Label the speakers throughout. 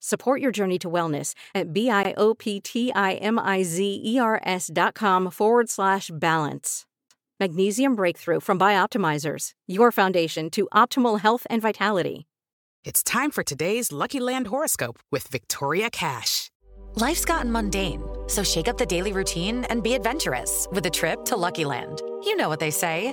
Speaker 1: Support your journey to wellness at B-I-O-P-T-I-M-I-Z-E-R-S E dot com forward slash balance. Magnesium Breakthrough from Bioptimizers, your foundation to optimal health and vitality.
Speaker 2: It's time for today's Lucky Land horoscope with Victoria Cash.
Speaker 3: Life's gotten mundane, so shake up the daily routine and be adventurous with a trip to Lucky Land. You know what they say.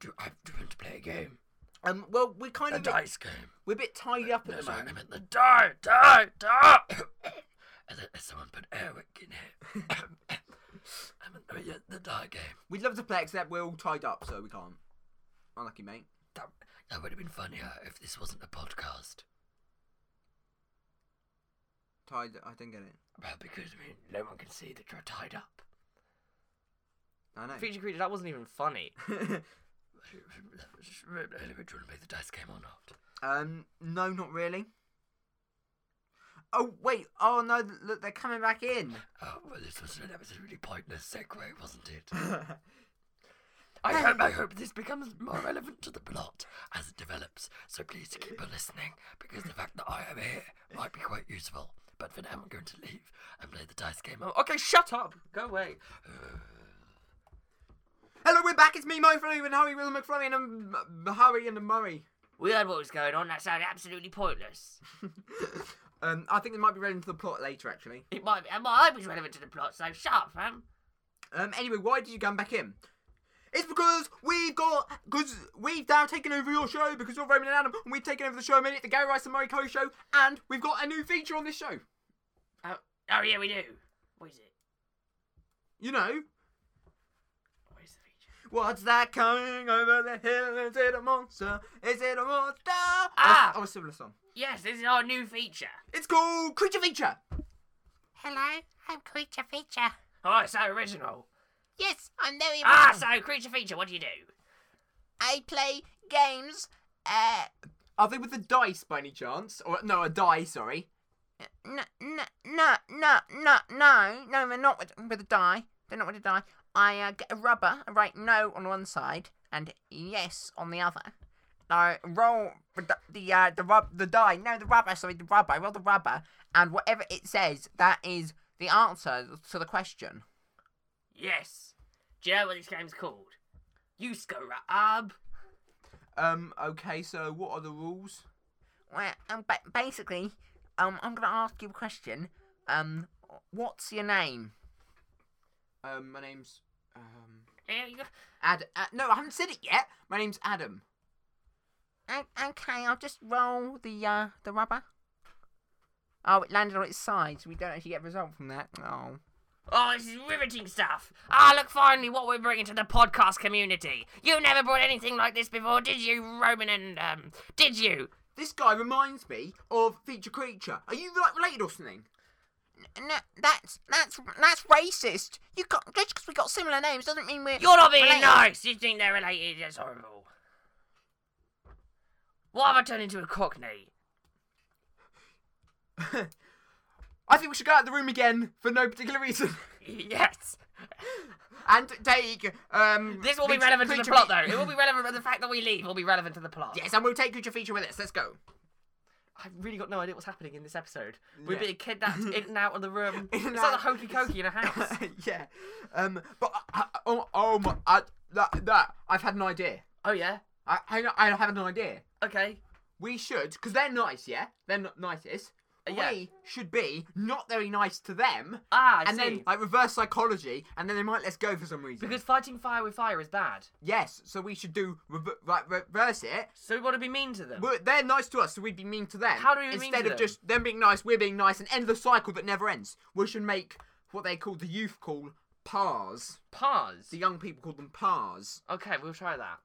Speaker 4: Do I do you want to play a game?
Speaker 5: Um, well, we're kind
Speaker 4: A
Speaker 5: of a bit-
Speaker 4: dice game.
Speaker 5: we're a bit tied up at
Speaker 4: No,
Speaker 5: the
Speaker 4: sorry, I
Speaker 5: moment.
Speaker 4: meant the die, die, die. and then someone put Eric in here. I meant the, yeah, the die game.
Speaker 5: We'd love to play, except we're all tied up, so we can't. Unlucky, mate.
Speaker 4: That, that would have been funnier if this wasn't a podcast.
Speaker 5: Tied. I didn't get it.
Speaker 4: Well, because I mean, no one can see that you're tied up.
Speaker 5: I know.
Speaker 6: Feature creature, that wasn't even funny.
Speaker 4: Do you want to play the dice game or not?
Speaker 5: Um, no, not really. Oh wait! Oh no! th- Look, they're coming back in.
Speaker 4: Oh, well, this was, that was a really pointless segue, wasn't it? I hope, I hope this becomes more relevant to the plot as it develops. So please keep on listening because the fact that I am here might be quite useful. But for now, I'm going to leave and play the dice game. Oh, okay, shut up. Go away.
Speaker 5: Hello, we're back. It's me, Mo Flynn, and Harry Will McFlurry, and um, M- Harry and Murray.
Speaker 6: We heard what was going on. That sounded absolutely pointless.
Speaker 5: Um, I think it might be relevant to the plot later, actually.
Speaker 6: It might be. and I was relevant to the plot, so shut up, fam.
Speaker 5: Um, anyway, why did you come back in? It's because we've got, because we've now taken over your show because you're Roman and Adam, and we've taken over the show a minute, the Gary Rice and Murray Co show, and we've got a new feature on this show.
Speaker 6: Oh, oh yeah, we do. What is it?
Speaker 5: You know,
Speaker 6: What is the feature?
Speaker 5: what's that coming over the hill? Is it a monster? Is it a monster?
Speaker 6: Ah!
Speaker 5: Oh, a similar song.
Speaker 6: Yes, this is our new feature.
Speaker 5: It's called Creature Feature.
Speaker 7: Hello, I'm Creature Feature.
Speaker 6: Oh, it's so original.
Speaker 7: Yes, I'm very
Speaker 6: Ah,
Speaker 7: much-
Speaker 6: so creature feature. What do you do?
Speaker 7: I play games. Uh,
Speaker 5: Are they with the dice by any chance? Or no, a die. Sorry.
Speaker 7: no, no, no, no, no, no, no, they're not with, with a die. They're not with a die. I uh, get a rubber, I write no on one side and yes on the other. I roll with the the, uh, the rub the die. No, the rubber. Sorry, the rubber. I roll the rubber, and whatever it says, that is the answer to the question.
Speaker 6: Yes. Do you know what this game's called? You scrub.
Speaker 5: Um. Okay. So, what are the rules?
Speaker 7: Well, um, ba- basically, um, I'm gonna ask you a question. Um, what's your name?
Speaker 5: Um. My name's um.
Speaker 6: Here you go.
Speaker 5: Ad. Uh, no, I haven't said it yet. My name's Adam.
Speaker 7: O- okay, I'll just roll the uh the rubber. Oh, it landed on its side, so we don't actually get a result from that. Oh.
Speaker 6: Oh, this is riveting stuff. Ah, look, finally, what we're bringing to the podcast community. You never brought anything like this before, did you, Roman and, um, did you?
Speaker 5: This guy reminds me of Feature Creature. Are you like related or something?
Speaker 7: No, that's that's that's racist. You got just because we got similar names doesn't mean we're.
Speaker 6: You're not being
Speaker 7: related.
Speaker 6: nice. You think they're related. That's horrible. What have I turned into a cockney?
Speaker 5: I think we should go out of the room again for no particular reason
Speaker 6: Yes.
Speaker 5: and take um.
Speaker 6: This will be
Speaker 5: Feature-
Speaker 6: relevant to the
Speaker 5: Creature
Speaker 6: plot,
Speaker 5: Fe-
Speaker 6: though. It will be relevant, but the fact that we leave will be relevant to the plot.
Speaker 5: yes, and we'll take Creature Feature with us. Let's go.
Speaker 6: I've really got no idea what's happening in this episode. We're
Speaker 5: Yeah.
Speaker 6: being kidnapped in and out of the room.
Speaker 5: In
Speaker 6: it's
Speaker 5: and
Speaker 6: like the
Speaker 5: out.
Speaker 6: hokey cokey in a house.
Speaker 5: yeah. Um. But I, I, oh, oh my! I, that that I've had an idea.
Speaker 6: oh yeah.
Speaker 5: I hang on, I have an idea.
Speaker 6: Okay.
Speaker 5: We should, because they're nice, yeah. They're not nicest.
Speaker 6: Uh, yeah.
Speaker 5: We should be not very nice to them,
Speaker 6: Ah, I
Speaker 5: and
Speaker 6: see.
Speaker 5: then like reverse psychology, and then they might let us go for some reason.
Speaker 6: because fighting fire with fire is bad.
Speaker 5: yes, so we should do rever- like reverse it.
Speaker 6: So we want to be mean to them.
Speaker 5: But they're nice to us, so we'd be mean to them.
Speaker 6: How do we be
Speaker 5: Instead
Speaker 6: mean
Speaker 5: of
Speaker 6: to them?
Speaker 5: just them being nice, we're being nice, and end the cycle that never ends. We should make what they call the youth call pars.
Speaker 6: Pause.
Speaker 5: The young people call them pars.
Speaker 6: Okay, we'll try that.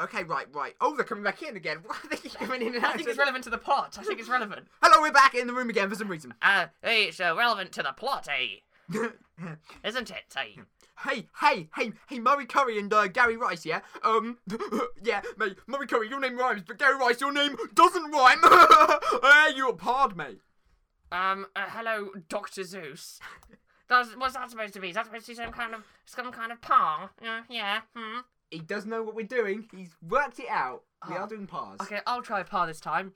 Speaker 5: Okay, right, right. Oh, they're coming back in again. Why are they keep coming in and out?
Speaker 6: I think it's relevant to the plot. I think it's relevant.
Speaker 5: Hello, we're back in the room again for some reason.
Speaker 6: Uh, it's uh, relevant to the plot, eh? Isn't it, eh?
Speaker 5: Hey, hey, hey, hey, Murray Curry and uh, Gary Rice, yeah? Um, yeah, mate, Murray Curry, your name rhymes, but Gary Rice, your name doesn't rhyme. hey, you're pard, mate.
Speaker 6: Um, uh, hello, Doctor Zeus. Does, what's that supposed to be? Is that supposed to be some kind of some kind of par? Uh, yeah. Hmm.
Speaker 5: He does know what we're doing. He's worked it out. We are doing pars.
Speaker 6: Oh, Okay, I'll try par this time.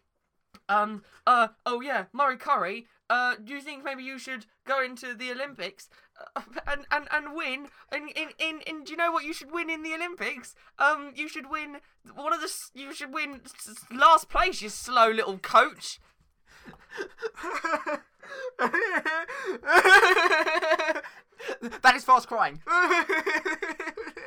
Speaker 6: Um. Uh. Oh yeah, Murray Curry. Uh, do you think maybe you should go into the Olympics uh, and, and, and win? And in, in, in do you know what you should win in the Olympics? Um, you should win one of the s- you should win s- s- last place. You slow little coach.
Speaker 5: that is fast crying.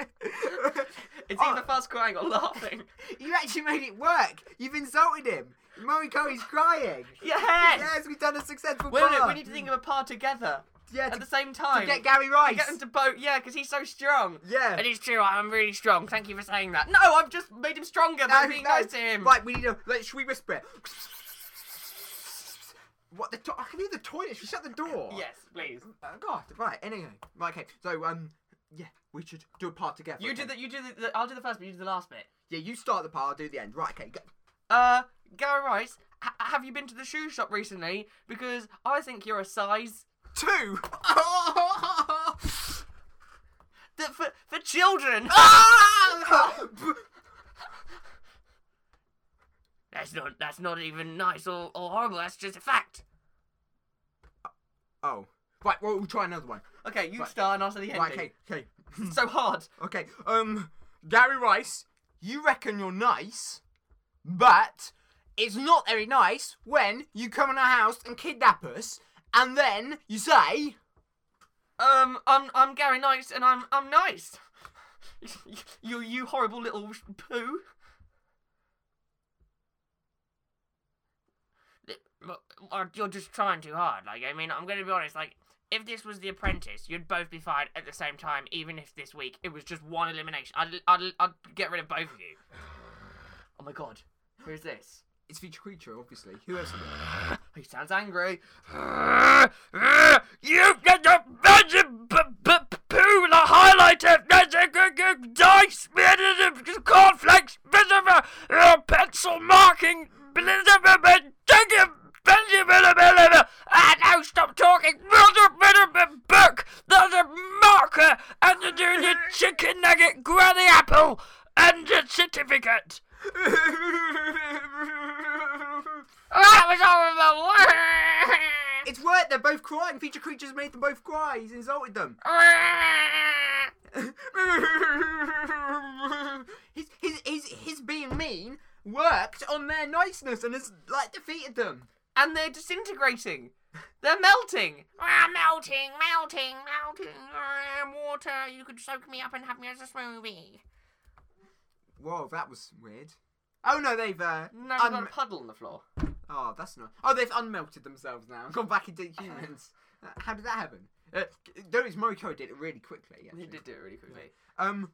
Speaker 6: It's either fast crying or laughing.
Speaker 5: you actually made it work. You've insulted him. Murray Curry's crying.
Speaker 6: Yes.
Speaker 5: Yes, we've done a successful
Speaker 6: Wait, wait,
Speaker 5: par.
Speaker 6: we need to think of a par together.
Speaker 5: Yeah,
Speaker 6: At
Speaker 5: to-
Speaker 6: the same time.
Speaker 5: to get Gary Rice.
Speaker 6: And Get him to boat. Yeah, because he's so strong.
Speaker 5: Yeah.
Speaker 6: It is true. I'm really strong. Thank you for saying that. No, I've just made him stronger by being nice to him.
Speaker 5: Right, we need to. Like, should we whisper it? What the? To- I can hear the toilet. Should we shut the door?
Speaker 6: Yes, please.
Speaker 5: Oh, God. Right. Anyway. Right. Okay. So um, yeah, we should do a part together.
Speaker 6: You
Speaker 5: okay?
Speaker 6: do the. You do the, the. I'll do the first bit. You do the last bit.
Speaker 5: Yeah, you start the part. I'll do the end. Right. Okay. Go.
Speaker 6: Uh, Gary Rice, ha- have you been to the shoe shop recently? Because I think you're a size
Speaker 5: Two.
Speaker 6: Ah! that for for children. That's not. That's not even nice or, or horrible. That's just a fact.
Speaker 5: oh. Right. Well, we'll try another one.
Speaker 6: Okay, you start and I'll say the ending.
Speaker 5: Right. Okay. Okay.
Speaker 6: It's so hard.
Speaker 5: Okay. Um, Gary Rice, you reckon you're nice, but it's not very nice when you come in our house and kidnap us, and then you say,
Speaker 6: Um, I'm I'm Gary Nice, and I'm I'm nice. you you horrible little sh- poo. Look, or You're just trying too hard. Like I mean, I'm gonna be honest. Like if this was The Apprentice, you'd both be fired at the same time. Even if this week it was just one elimination, I'd I'd, I'd get rid of both of you. Oh my god, who's this?
Speaker 5: "It's feature creature, obviously. Who else?" Is it?
Speaker 6: He sounds angry.
Speaker 4: you get the magic b- b- poo, the highlighter, magic g- g- dice, uh, cornflakes, bit of a uh, pencil marking, bit of a bit- take it, Benjamin, uh, bit of a- Ah, now stop talking. There's a bit of a book, there's a marker, and there's a chicken nugget, granny apple, and a certificate.
Speaker 6: Oh, that was horrible.
Speaker 5: It's right. They're both crying. Feature creatures made them both cry. He's insulted them. his, his, his, his being mean worked on their niceness and has like defeated them.
Speaker 6: and they're disintegrating. They're melting.
Speaker 8: Ah, melting, melting, melting. Ah, water, you could soak me up and have me as a smoothie.
Speaker 5: Whoa, that was weird. Oh no, they've uh,
Speaker 6: No, they've got
Speaker 5: un-
Speaker 6: a puddle on the floor.
Speaker 5: oh that's not. Oh, they've unmelted themselves now. Gone back into humans. Uh, How did that happen? Uh, notice Moriko did it really quickly. Actually.
Speaker 6: He did do it really quickly.
Speaker 5: Um,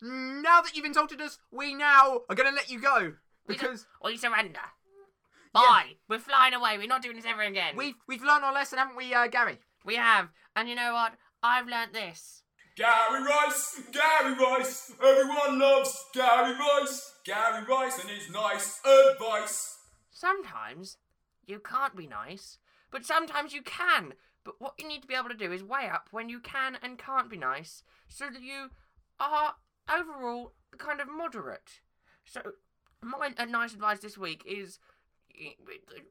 Speaker 5: now that you've insulted us, we now are gonna let you go because
Speaker 6: We Oh, surrender. Bye. We're flying away. We're not doing this ever again.
Speaker 5: we've we've learned our lesson, haven't we, uh, Gary?
Speaker 6: we have. And you know what? I've learnt this.
Speaker 9: Gary Rice, Gary Rice, everyone loves Gary Rice, Gary Rice and his nice advice.
Speaker 6: Sometimes you can't be nice, but sometimes you can. But what you need to be able to do is weigh up when you can and can't be nice so that you are overall kind of moderate. So, my uh, nice advice this week is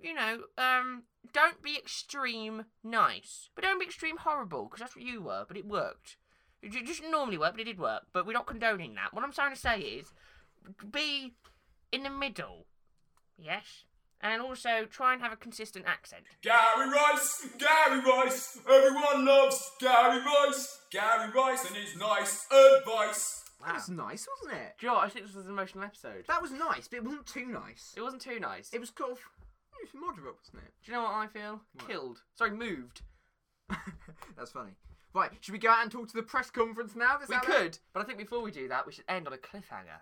Speaker 6: you know, um, don't be extreme nice, but don't be extreme horrible, because that's what you were. But it worked. It ju- just normally work, but it did work. But we're not condoning that. What I'm trying to say is, be in the middle. Yes. And also try and have a consistent accent.
Speaker 9: Gary Rice, Gary Rice, everyone loves Gary Rice, Gary Rice and his nice advice.
Speaker 5: That
Speaker 6: Ah.
Speaker 5: was nice, wasn't it?
Speaker 6: Do you know what? I think this was an emotional episode.
Speaker 5: That was nice, but it wasn't too nice.
Speaker 6: It wasn't too nice.
Speaker 5: It was kind of it was moderate, wasn't it?
Speaker 6: Do you know what I feel? Killed. Sorry, moved.
Speaker 5: That's funny. Right, should we go out and talk to the press conference now? That's
Speaker 6: We
Speaker 5: out there?
Speaker 6: could, but I think before we do that, we should end on a cliffhanger.